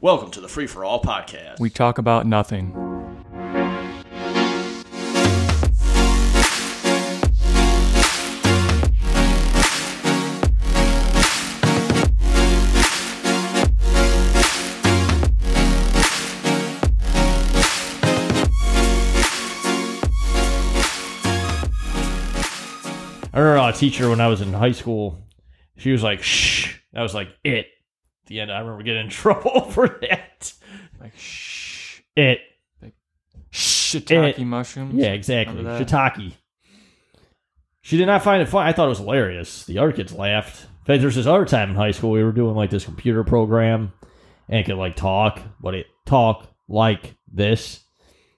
Welcome to the Free for All podcast. We talk about nothing. I remember a teacher when I was in high school. She was like, "Shh." That was like it. At the end, I remember getting in trouble for that. Like shh, It. shiitake mushrooms. Yeah, exactly. Remember that? Shiitake. She did not find it fun. I thought it was hilarious. The other kids laughed. In fact, there's this other time in high school we were doing like this computer program, and it could like talk, but it talk like this.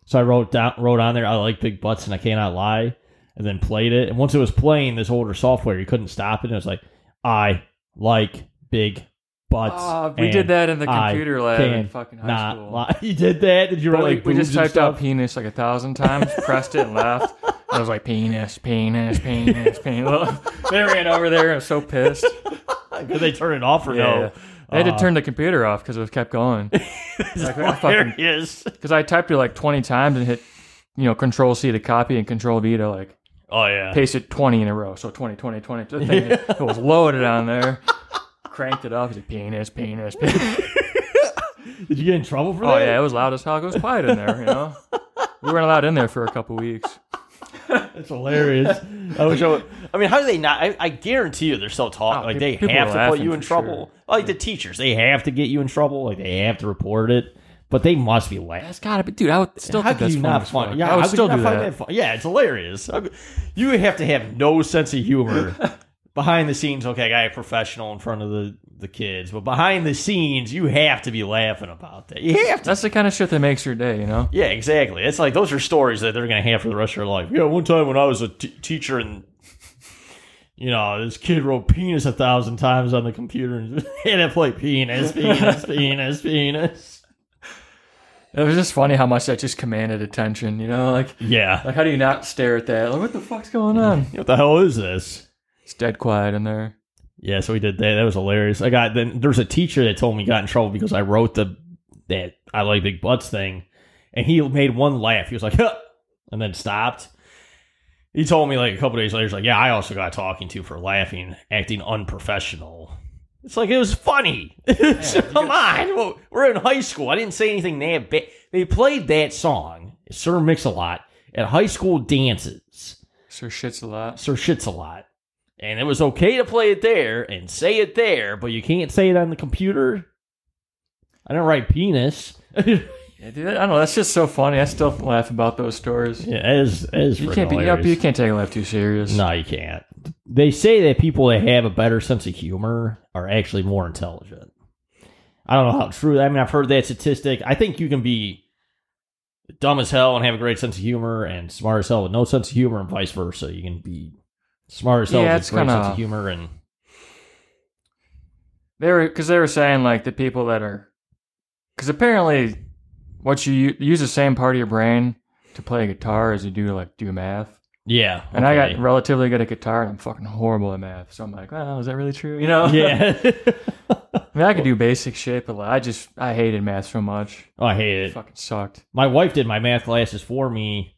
So I wrote down wrote on there, I like big butts and I cannot lie, and then played it. And once it was playing this older software, you couldn't stop it. And it was like, I like big butts. Ah, we and did that in the I computer lab in can fucking high Not school. lie. You did that? Did you But write we, like we just boobs and typed out stuff? penis like a thousand times, pressed it and left. I was like penis, penis, penis, penis. they ran over there. I was so pissed. Could they turn it off or Yeah. no? They had to Uh, turn the computer off because it was kept going. Like, I fucking hilarious. Because I typed it like 20 times and hit, you know, Control C to copy and Control V to like Oh yeah. paste it 20 in a row. So 20, 20, 20. The thing, It was loaded on there. Cranked it up. It's like penis, penis, penis. Did you get in trouble for Oh, that? yeah. It was loud as hell. It was quiet in there, you know? We weren't allowed in there for a couple weeks. That's hilarious. I wish I, would, I mean, how do they not? I, I guarantee you, they're still talking. Oh, like pe- they people have to are put laughing you in for trouble. Like the teachers, they have to get you in trouble. Like they have to report it. But they must be laughing. That's gotta be, dude. I would still How think can that's you fun not as fun? fuck. Yeah, I would how could still you not do find that. fun? Yeah, it's hilarious. How could- You would have to have no sense of humor behind the scenes. Okay, I got a professional in front of the the kids, but behind the scenes, you have to be laughing about that. You have to. That's the kind of shit that makes your day, you know? Yeah, exactly. It's like those are stories that they're going to have for the rest of their life. Yeah, one time when I was a t- teacher and you know this kid wrote penis a thousand times on the computer and had it play penis, penis, penis, penis. It was just funny how much that just commanded attention, you know? Like, Yeah, like how do you not stare at that? Like, what the fuck's going on? what the hell is this? It's dead quiet in there. Yeah, so we did that. That was hilarious. I got then there's a teacher that told me he got in trouble because I wrote the that I like big butts thing, and he made one laugh. He was like, huh, and then stopped. He told me like a couple days later, he's like, yeah, I also got talking to for laughing, acting unprofessional. It's like it was funny. Come on, Well, we're in high school. I didn't say anything that bad. They played that song, Sir Mix-a-Lot, at high school dances. Sir shits a lot. Sir Shits a lot. And it was okay to play it there and say it there, but you can't say it on the computer. I didn't write penis. yeah, Yeah, dude, I don't know. That's just so funny. I still laugh about those stories. that is, that is You freaking can't be, you, hilarious. you can't take life too serious. No, you can't. They say that people that have a better sense of humor are actually more intelligent. I don't know how true. I mean, I've heard that statistic. I think you can be dumb as hell and have a great sense of humor, and smart as hell with no sense of humor, and vice versa. You can be smart as hell Yeah, with it's a great sense kinda- of humor, and They were because they were saying like the people that are because apparently what you u- use the same part of your brain to play guitar as you do to like do math. yeah. And I okay. got relatively good at guitar, and I'm fucking horrible at math. So I'm like, oh, is that really true? You know? yeah. I mean, I could do basic shit, but like, I just I hated math so much. oh, I hate It it. fucking sucked. My wife did my math classes for me.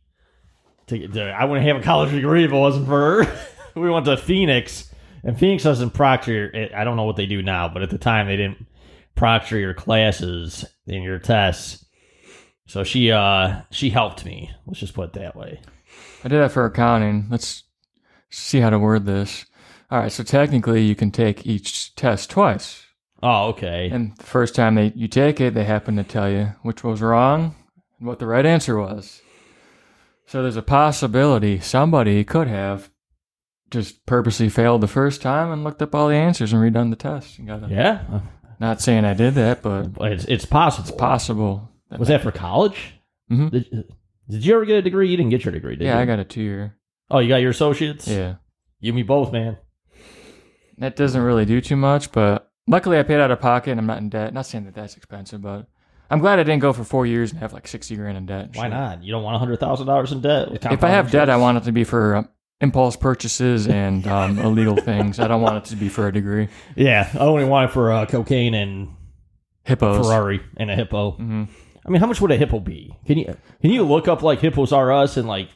To, to- I wouldn't have a college degree if it wasn't for her. we went to Phoenix, and Phoenix doesn't proctor. it- I don't know what they do now, but at the time they didn't proctor your classes and your tests. So she uh she helped me. Let's just put it that way. I did that for accounting. Let's see how to word this. All right, so technically you can take each test twice. Oh, okay. And the first time they you take it, they happen to tell you which was wrong and what the right answer was. So there's a possibility somebody could have just purposely failed the first time and looked up all the answers and redone the test. And got a, yeah, Not saying I did that, but it's it's possible. possible. Was that for college? Mhm. Did, did you ever get a degree? You didn't get your degree, did Yeah, you? I got a two year. Oh, you got your associates. Yeah. You and me both, man. That doesn't really do too much, but luckily I paid out of pocket and I'm not in debt. Not saying that that's expensive, but I'm glad I didn't go for four years and have like 60 grand in debt. and Why shit. not? You don't want hundred thousand dollars in debt. with If I compound have debt, I interest? want it to be for um, impulse purchases and um, illegal things. I don't want it to be for a degree. Yeah, I only want it for uh, cocaine and hippos. Ferrari and a hippo. Mhm. I mean, how much would a hippo be? Can you can you look up like hippos are us and like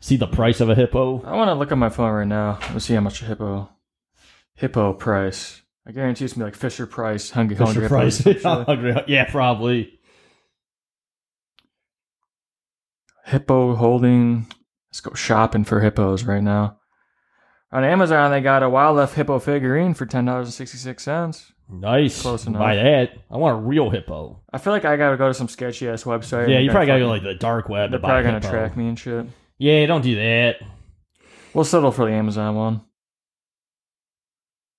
see the price of a hippo? I want to look on my phone right now. Let's see how much a hippo hippo price. I guarantee it's gonna be like Fisher Price, Hungry Fisher Hungry Hippo or price. some shit. yeah, probably. Hippo holding. Let's go shopping for hippos right now. On Amazon, they got a wildlife hippo figurine for ten dollars and sixty six cents. Nice. Close Buy that. I want a real hippo. I feel like I gotta go to some sketchy ass website. and yeah, they're you probably gotta go fucking- like the dark web. They're to buy probably a gonna hippo. track me and shit. Yeah, don't do that. We'll settle for the Amazon one.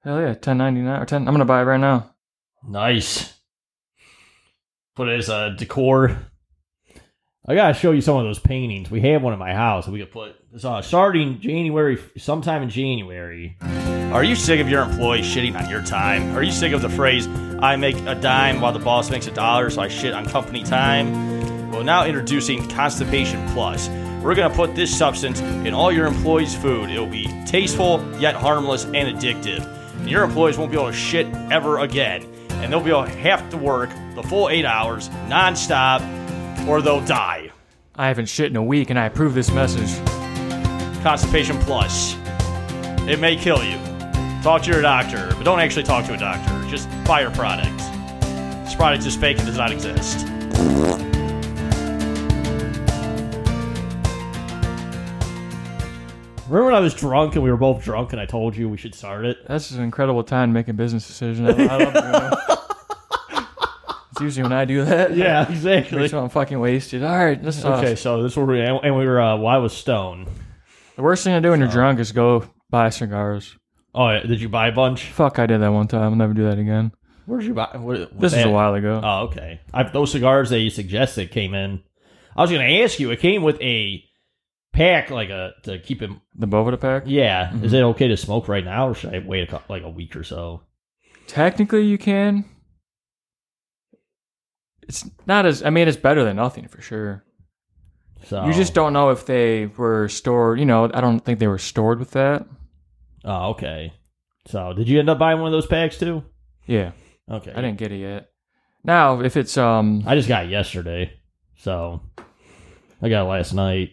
Hell yeah, ten ninety nine or ten. I'm gonna buy it right now. Nice. Put it as a decor. I gotta show you some of those paintings. We have one in my house. that We could put it's uh, starting January, sometime in January. Are you sick of your employees shitting on your time? Are you sick of the phrase, I make a dime while the boss makes a dollar, so I shit on company time? Well, now introducing Constipation Plus. We're going to put this substance in all your employees' food. It'll be tasteful, yet harmless and addictive. And your employees won't be able to shit ever again. And they'll be able to have to work the full eight hours nonstop, or they'll die. I haven't shit in a week, and I approve this message. Constipation Plus. It may kill you. Talk to your doctor, but don't actually talk to a doctor. Just buy your product. This product is fake and does not exist. Remember when I was drunk and we were both drunk and I told you we should start it? That's an incredible time to make a business decision. I, I love doing it. It's usually when I do that. Yeah, exactly. Makes me I'm fucking wasted. All right, let's talk. Okay, so this is where we and we were. Uh, well, I was stoned. The worst thing to do when you're drunk is go buy cigars. Oh, yeah, did you buy a bunch? Fuck, I did that one time. I'll never do that again. Where'd you buy? What, This is a while ago. Oh, okay. I, those cigars that you suggested came in. I was going to ask you. It came with a pack, like a to keep it. the Bovada pack. Yeah, Mm-hmm. is it okay to smoke right now, or should I wait a, cou- like a week or so? Technically, you can. It's not as. I mean, it's better than nothing for sure. So You just don't know if they were stored. You know, I don't think they were stored with that. Oh, okay. So did you end up buying one of those packs too? Yeah, Okay, I didn't get it yet. Now, if it's um, I just got it yesterday, so I got it last night.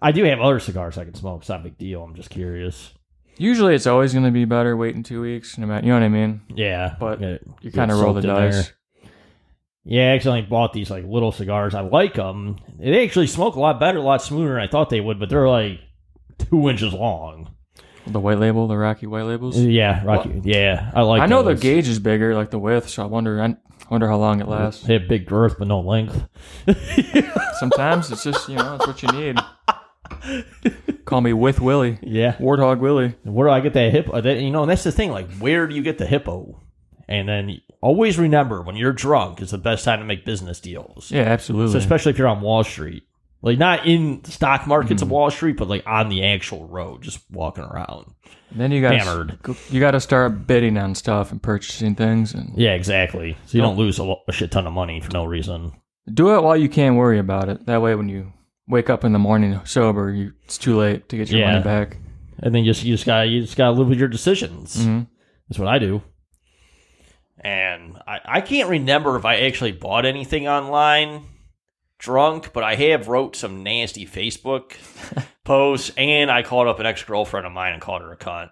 I do have other cigars I can smoke. It's not a big deal. I'm just curious. Usually, it's always going to be better waiting two weeks, no matter. You know what I mean? Yeah, But get it- You get kind of roll the soaked in there. dice. Yeah, I accidentally bought these like little cigars. I like them. They actually smoke a lot better, a lot smoother than I thought they would, but they're like two inches long. The white label, the Rocky white labels. Yeah, Rocky. Yeah, I like. I know the those. gauge is bigger, like the width. So I wonder. I wonder how long it lasts. They have big girth but no length. Sometimes it's just you know it's what you need. Call me with Willie, Yeah. Warthog Willie. Where do I get that hippo? That, you know, and that's the thing. Like, where do you get the hippo? And then always remember when you're drunk is the best time to make business deals. Yeah, So absolutely. especially if you're on Wall Street, like not in stock markets Mm. of Wall Street, but like on the actual road, just walking around. then you got hammered. you got to start bidding on stuff and purchasing things, and Yeah, exactly. So you don't lose a, lo- a shit ton of money for no reason. do it while you can worry about it. That way, when you wake up in the morning sober, you, it's too late to get your Yeah. money back. And then you just you just got you just got to live with your decisions. Mhm. That's what I do. And I, I can't remember if I actually bought anything online drunk, but I have wrote some nasty Facebook posts, and I called up an ex girlfriend of mine and called her a cunt.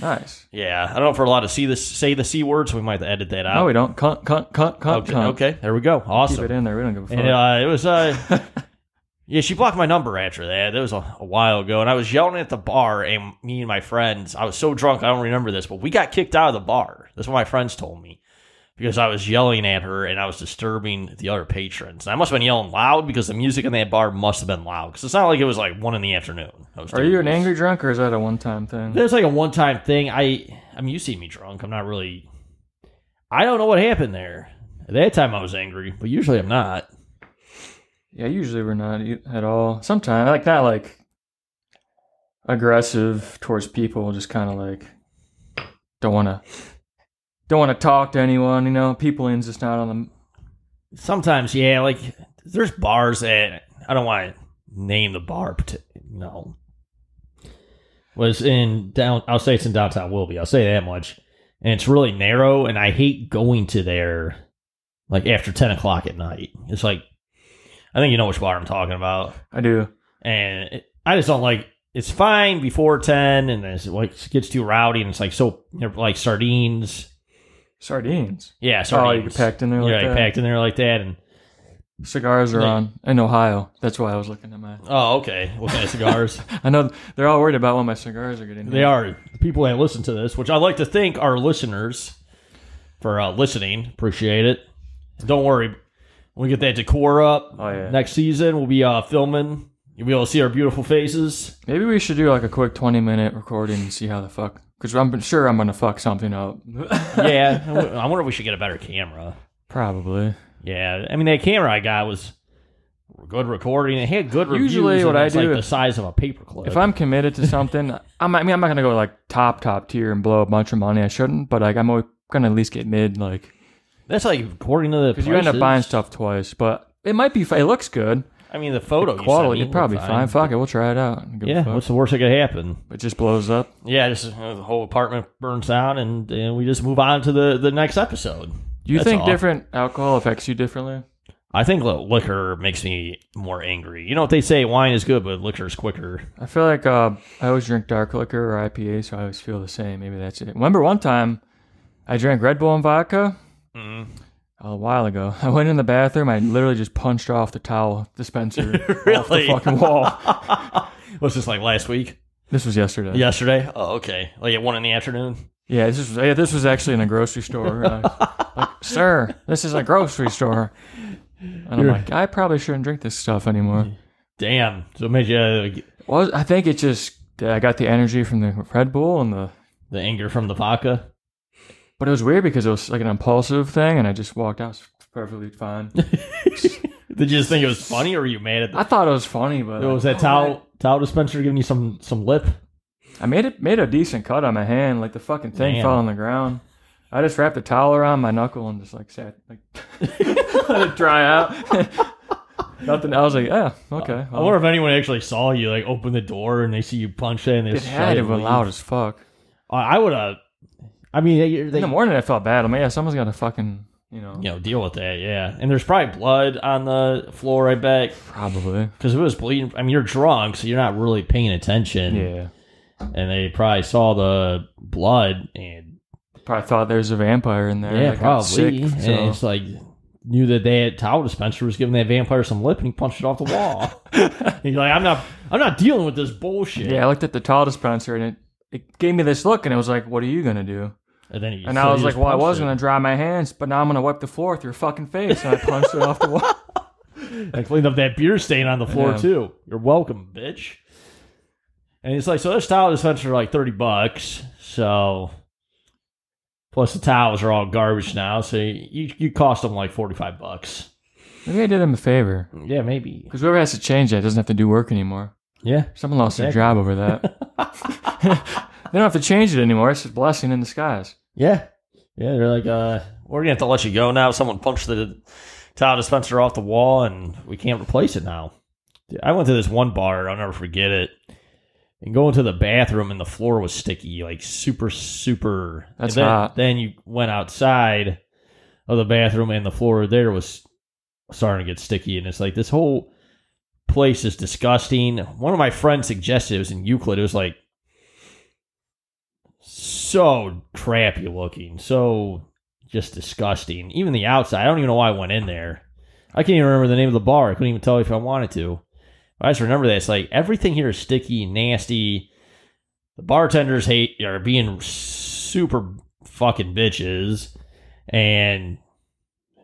Nice. Yeah, I don't know if we're allowed to see this say the c word, so we might have to edit that out. No, we don't. Cunt, cunt, cunt, cunt, okay, Oh, cunt. okay, there we go. Awesome. Keep it in there. We don't give a fuck. And uh, it was, uh, yeah, she blocked my number after that. That was a, a while ago. And I was yelling at the bar, and me and my friends, I was so drunk, I don't remember this, but we got kicked out of the bar. That's what my friends told me because I was yelling at her and I was disturbing the other patrons. And I must have been yelling loud because the music in that bar must have been loud because it's not like it was like one in the afternoon. I was Are doing you an this. angry drunk or is that a one time thing? That's like a one time thing. I I mean you see me drunk. I'm not really I don't know what happened there. At that time I was angry, but usually I'm not. Yeah, usually we're not e- at all. Sometimes, like, not like aggressive towards people, just kind of like don't want to. Don't want to talk to anyone, you know. People in's just not on Sometimes, yeah, like there's bars that I don't want to name the bar parti- no. Was in down I'll say it's in downtown Wilby. I'll say that much. And it's really narrow and I hate going to there like after ten o'clock at night. It's like I think you know which bar I'm talking about, I do. and it, I just don't like. It's fine before ten, and then it's like it gets too rowdy, and it's like so they're like sardines. Sardines. Yeah, Oh, sardines. you get packed in there like yeah, you that. packed in there like that, and Cigars are Yeah. on in Ohio. That's why I was looking at my. oh, okay, what kind of cigars? I know they're all worried about when my cigars are getting. They are the people that listen to this, which I like to thank our listeners for uh, listening. Appreciate it. Don't worry, when we get that decor up Oh, yeah. next season, we'll be uh, filming. You'll be able to see our beautiful faces. Maybe we should do like a quick twenty minute recording and see how the fuck. Because I'm sure I'm gonna fuck something up. Yeah, I w- I wonder if we should get a better camera. Probably. Yeah, I mean that camera I got was good recording. It had good reviews. Usually and what I it's do like the if- size of a paperclip. If I'm committed to something, I'm, I mean, I'm not gonna go like top top tier and blow a bunch of money. I shouldn't, but like I'm always gonna at least get mid. Like That's like according to the because you end up prices. buying stuff twice, but it might be. fi- It looks good. I mean the photo you sent Quality, me it'd probably be looked fine. Fuck it, we'll try it out. Give a Yeah, fuck. what's the worst that could happen? it just blows up. Yeah, just uh, the whole apartment burns down, and, and we just move on to the, the next episode. Do you That's think all. different alcohol affects you differently? I think li- liquor makes me more angry. You know what they say, wine is good, but liquor is quicker. I feel like uh, I always drink dark liquor or IPA, so I always feel the same. Maybe that's it. Remember one time I drank Red Bull and vodka Mm. a while ago. I went in the bathroom. I literally just punched off the towel dispenser off the Really? fucking wall. Was this like last week? This was yesterday. Yesterday? Oh, okay. Like at one in the afternoon. Yeah, this was yeah, this was actually in a grocery store. Uh, like, sir, this is a grocery store. And I'm You're- like, I probably shouldn't drink this stuff anymore. Damn. So it made you uh, get Well, I think it just I got the energy from the Red Bull and the the anger from the vodka. But it was weird because it was like an impulsive thing, and I just walked out. It was perfectly fine. Did you just think it was funny, or were you mad at? The- I thought it was funny, but was that towel towel dispenser giving you some some lip? I made it made a decent cut on my hand. Like the fucking thing Damn. fell on the ground. I just wrapped a towel around my knuckle and just like sat like let it dry out. Nothing. I was like, yeah, okay. Uh, I wonder if anyone actually saw you like open the door and they see you punch it and they it shut had it to and be leave. loud as fuck. I I would have. I mean, they, they, In the morning, I felt bad. I'm like, yeah, someone's got to fucking, you know, you know, deal with that. Yeah, and there's probably blood on the floor. I bet probably. because it was bleeding. I mean, you're drunk, so you're not really paying attention. Yeah, and they probably saw the blood and probably thought there's a vampire in there. yeah, that probably. got sick, so- And it's like knew that that towel dispenser was giving that vampire some lip, and he punched it off the wall. And you're like, I'm not, I'm not dealing with this bullshit. Yeah, I looked at the towel dispenser and it, it gave me this look and it was like, what are you going to do? and then he, And so I he was like, just well, I punched was it. going to dry my hands, but now I'm going to wipe the floor with your fucking face. And I punched it off the wall. I cleaned up that beer stain on the floor Yeah. too. You're welcome, bitch. And it's like, so this towel dispenser are like thirty bucks. So plus the towels are all garbage now. So you you cost them like forty five bucks. Maybe I did him a favor. Yeah, maybe. Because whoever has to change that doesn't have to do work anymore. Yeah, Someone lost their Exactly. job over that. they don't have to change it anymore. It's a blessing in disguise. yeah, yeah. They're like, uh, we're gonna have to let you go now. Someone punched the towel dispenser off the wall, and we can't replace it now. Dude, I went to this one bar. I'll never forget it. And go into the bathroom, and the floor was sticky, like super, super. And That's then, hot. Then you went outside of the bathroom, and the floor there was starting to get sticky. And it's like this whole place is disgusting. One of my friends suggested it was in Euclid. It was like so crappy looking, so just disgusting. Even the outside, I don't even know why I went in there. I can't even remember the name of the bar. I couldn't even tell you if I wanted to. I just remember that it's like everything here is sticky, nasty. The bartenders hate are being super fucking bitches, and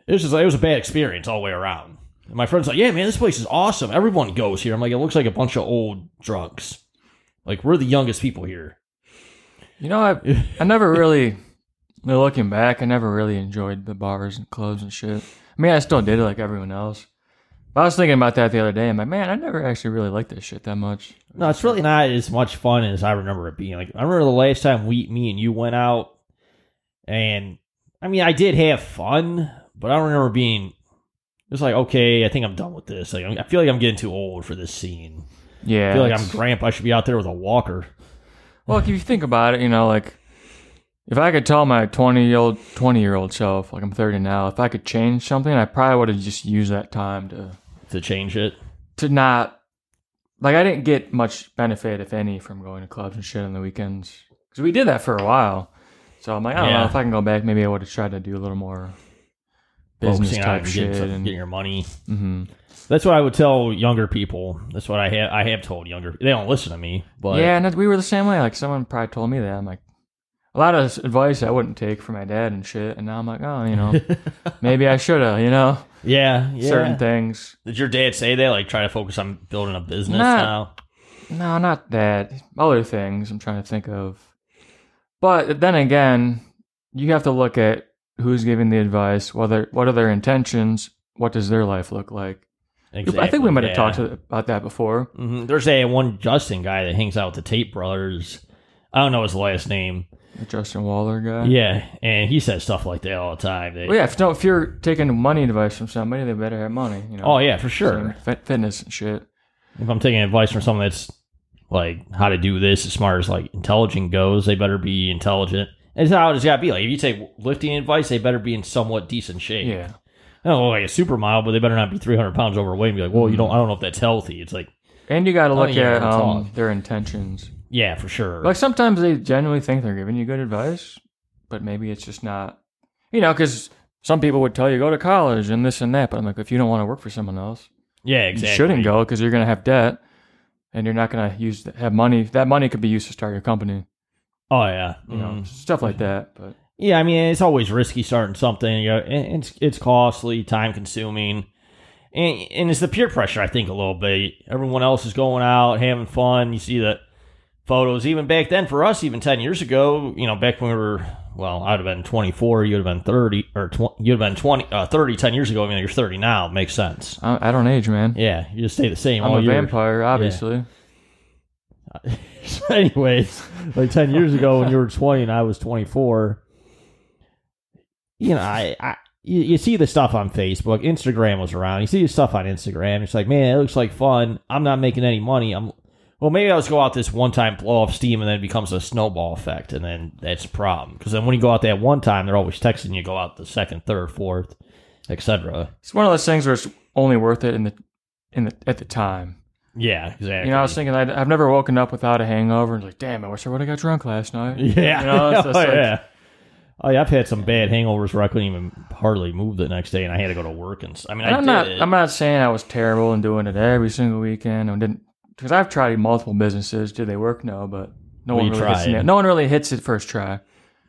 it was just like it was a bad experience all the way around. And my friend's like, "Yeah, man, this place is awesome. Everyone goes here." I'm like, "It looks like a bunch of old drunks. Like we're the youngest people here." You know, I, I never really, looking back, I never really enjoyed the bars and clubs and shit. I mean, I still did it like everyone else. But I was thinking about that the other day. I'm like, man, I never actually really liked this shit that much. No, it's really not as much fun as I remember it being. Like I remember the last time we, me and you went out, and I mean, I did have fun, but I don't remember being. It was like, okay, I think I'm done with this. Like, I'm- I feel like I'm getting too old for this scene. Yeah. I feel like it's- I'm grandpa. I should be out there with a walker. Well, if you think about it, you know, like If I could tell my 20 year old 20 year old self, like I'm 30 now, if I could change something, I probably would have just used that time to to change it. to not like I didn't get much benefit if any from going to clubs and shit on the weekends because we did that for a while. So I'm like, I don't know Yeah. if I can go back. Maybe I would have tried to do a little more business Focusing on type getting, shit. some- And, getting your money. hmm That's what I would tell younger people. That's what I have. I have told younger. They don't listen to me, but yeah, and that- we were the same way. Like someone probably told me that. I'm like, a lot of advice I wouldn't take from my dad and shit. And now I'm like, oh, you know, maybe I should have. You know, yeah, yeah. certain things. Did your dad say that? Like, try to focus on building a business Nah. now. No, not that. Other things I'm trying to think of. But then again, you have to look at who's giving the advice, whether what are their intentions, what does their life look like. I think we might have talked to- about that before. hmm There's a one Justin guy that hangs out with the Tate brothers. I don't know his last name. The Justin Waller guy. Yeah, and he says stuff like that all the time. They- Well, yeah. If, no, if you're taking money advice from somebody, they better have money. You know. Oh yeah, for sure. Same fit- fitness and shit. If I'm taking advice from someone that's like how to do this as far as like intelligent goes, they better be intelligent. That's how it's got to be. Like if you take lifting advice, they better be in somewhat decent shape. Yeah. I don't know, like a supermodel, but they better not be 300 pounds overweight and be like, well, Mm-hmm. you don't. I don't know if that's healthy. It's like, And you got to Oh, look yeah, at that's um, all. their intentions. yeah, for sure. Like sometimes they genuinely think they're giving you good advice, but maybe it's just not, you know, because some people would tell you go to college and this and that. But I'm like, if you don't want to work for someone else, yeah, exactly. you shouldn't go because you're going to have debt and you're not going to use have money. That money could be used to start your company, Oh yeah, you know, Mhm. stuff like that. But Yeah, I mean it's always risky starting something. You know, and it's it's costly, time consuming, and and it's the peer pressure. I think a little bit. Everyone else is going out having fun. You see the photos. Even back then, for us, even ten years ago, you know, back when we were well, I'd have been twenty four. You'd have been thirty, or tw- you'd have been 20, uh, 30 10 years ago. I mean, you're thirty now. Makes sense. I, I don't age, man. Yeah, you just stay the same. I'm all a year. vampire, obviously. anyways, like ten years ago when you were twenty and I was twenty four, you know, I, I you, you see the stuff on Facebook, Instagram was around. You see the stuff on Instagram. It's like, man, it looks like fun. I'm not making any money. I'm well, maybe I'll just go out this one time, blow off steam, and then it becomes a snowball effect, and then that's a problem. Because then when you go out that one time, they're always texting you. Go out the second, third, fourth, etc. It's one of those things where it's only worth it in the in the at the time. Yeah, exactly. You know, I was thinking I'd, I've never woken up without a hangover and like, damn, I wish I would have got drunk last night. Yeah. You know, it's oh, just like- yeah. Oh, yeah, I've had some bad hangovers where I couldn't even hardly move the next day, and I had to go to work. And s- I mean, And I I'm did not. it. I'm not saying I was terrible and doing it every single weekend. I didn't because I've tried multiple businesses. Did they work? No, but no Well, one you really hits. tried. it. No one really hits it first try.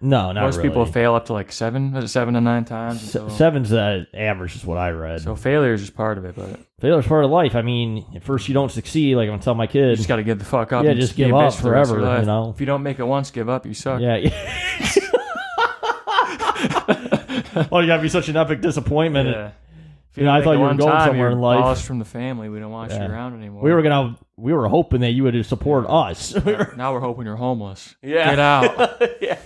no, not Most really. people fail up to like seven. Is it seven to nine times? Se- So, Seven's the average, is what I read. so failure is just part of it. But you Failure's part of life. I mean, at first you don't succeed. Like I'm telling my kid, just got to give the fuck up. Yeah, and just be a give bitch up for the rest of forever, your life. you know? if you don't make it once, give up. You suck. yeah. oh, you gotta be such an epic disappointment. Yeah. If You know, I make thought it you were one going time, somewhere you're in life. abolished from the family. We don't want Yeah. you around anymore. We were gonna, we were hoping that you would support us. Now we're hoping you're homeless. Yeah. Get out. yeah.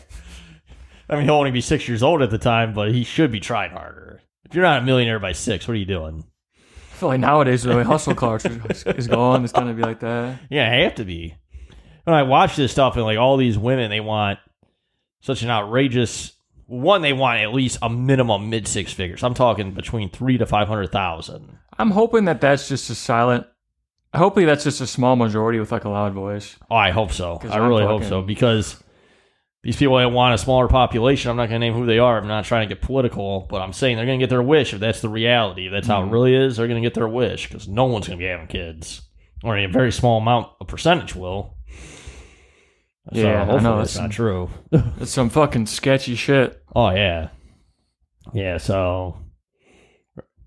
I mean, he'll only be six years old at the time, but he should be trying harder. If you're not a millionaire by six, what are you doing? I feel like nowadays the way hustle culture is- is going, it's gonna be like that. Yeah, I have to be. When I watch this stuff and like all these women, they want such an outrageous one. They want at least a minimum mid six figures. I'm talking between three to five hundred thousand. I'm hoping that that's just a silent. Hopefully, that's just a small majority with like a loud voice. Oh, I hope so. 'Cause I I'm really hope fucking- so because these people that want a smaller population. I'm not going to name who they are. I'm not trying to get political, but I'm saying they're going to get their wish if that's the reality. If that's Mm-hmm. how it really is. They're going to get their wish because no one's going to be having kids, or a very small amount, a percentage will. So Yeah, I hopefully know, that's that's- not true. It's some fucking sketchy shit. Oh yeah, yeah. So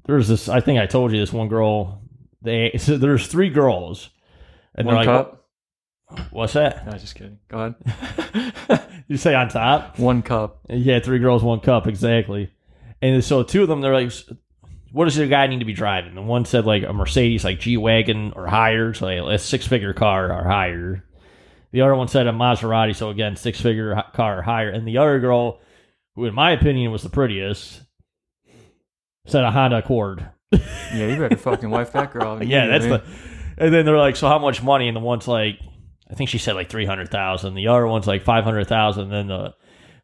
there's this. I think I told you this one girl. They so there's three girls, and One they're cup. like, "What's that?" No, just kidding. Go ahead. You say on top? One cup. Yeah, three girls, one cup, exactly. And so two of them, they're like, "What does the guy need to be driving?" The one said like a Mercedes, like G wagon or higher, so like a six figure car or higher. The other one said a Maserati, so again, six figure car or higher. And the other girl, who in my opinion was the prettiest, said a Honda Accord. Yeah, you better fucking wipe that girl. out Yeah, that's the. immediately. And then they're like, "So how much money?" And the one's like, "I think she said like three hundred thousand. The other one's like five hundred thousand. Then the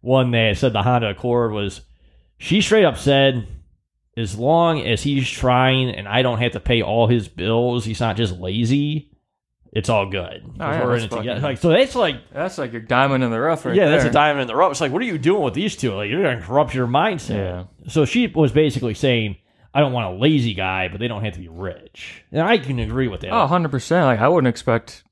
one that said the Honda Accord was she straight up said as long as he's trying and I don't have to pay all his bills, he's not just lazy, it's all good. 'Cause Oh, yeah, we're that's in it together. fucking- Like so that's like That's like your diamond in the rough right yeah, that's there. a diamond in the rough. It's like, what are you doing with these two? Like, you're going to corrupt your mindset. So she was basically saying, I don't want a lazy guy, but they don't have to be rich. And I can agree with that. Oh, 100%. Like, I wouldn't expect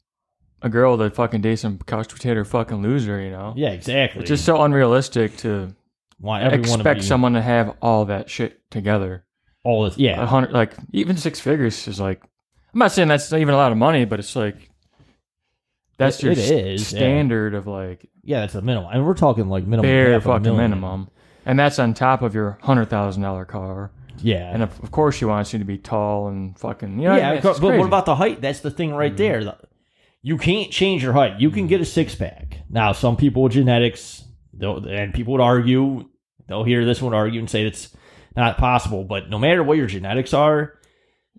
a girl to fucking date some couch potato fucking loser, you know? yeah, exactly. It's just so unrealistic to want everyone to expect be someone to have all that shit together. all this. Uh, A Yeah, hundred, like, even six figures is like, I'm not saying that's not even a lot of money, but it's like, that's It- your it s- is, yeah. standard of like yeah, that's the minimum. And we're talking like minimum. bare half of a fucking million. minimum. And that's on top of your $100,000 car. Yeah. And of, of course, she wants you to be tall and fucking, you know, yeah, I mean, of it's course, but crazy. Mm-hmm. what about the height? That's the thing right there. The- You can't change your height. You can get a six pack. Now, some people with genetics, they'll, and people would argue, they'll hear this one argue and say it's not possible. But no matter what your genetics are,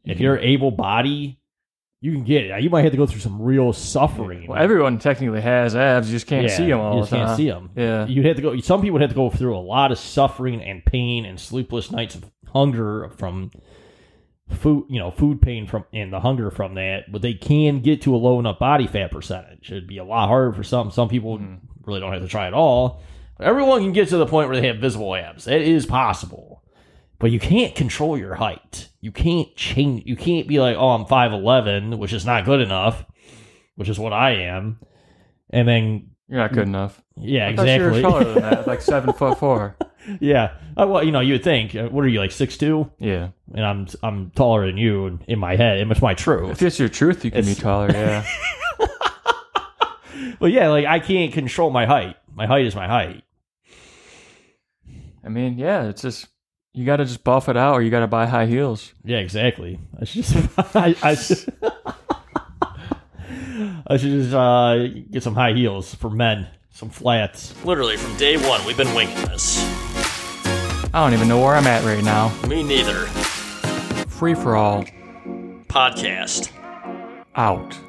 Mm-hmm. if you're able body, you can get it. Now, you might have to go through some real suffering. Well, everyone technically has abs, you just can't Yeah, see them all You just the time. can't see them. Yeah. You'd have to go. Some people would have to go through a lot of suffering and pain and sleepless nights of hunger from food. You know, food pain from and the hunger from that. But they can get to a low enough body fat percentage. It'd be a lot harder for some. Some people Mm-hmm. really don't have to try at all. But everyone can get to the point where they have visible abs. That is possible. But you can't control your height. You can't change. You can't be like, oh, I'm five eleven, which is not good enough, which is what I am. And then You're not good enough. yeah, I thought you were Mm, exactly. taller than that, like seven foot four. yeah. Uh, well, you know, you would think, uh, what are you like six two? Yeah. And I'm I'm taller than you in- in my head. and It's my If truth. it's your truth, you can It's- be taller. Yeah. But yeah, like I can't control my height. My height is my height. I mean, yeah, it's just, you got to just buff it out or you got to buy high heels. Yeah, exactly. I should just I, I should, I should just uh, get some high heels for men, some flats. Literally from day one, we've been winging this. I don't even know where I'm at right now. Me neither. Free for all, Podcast. out.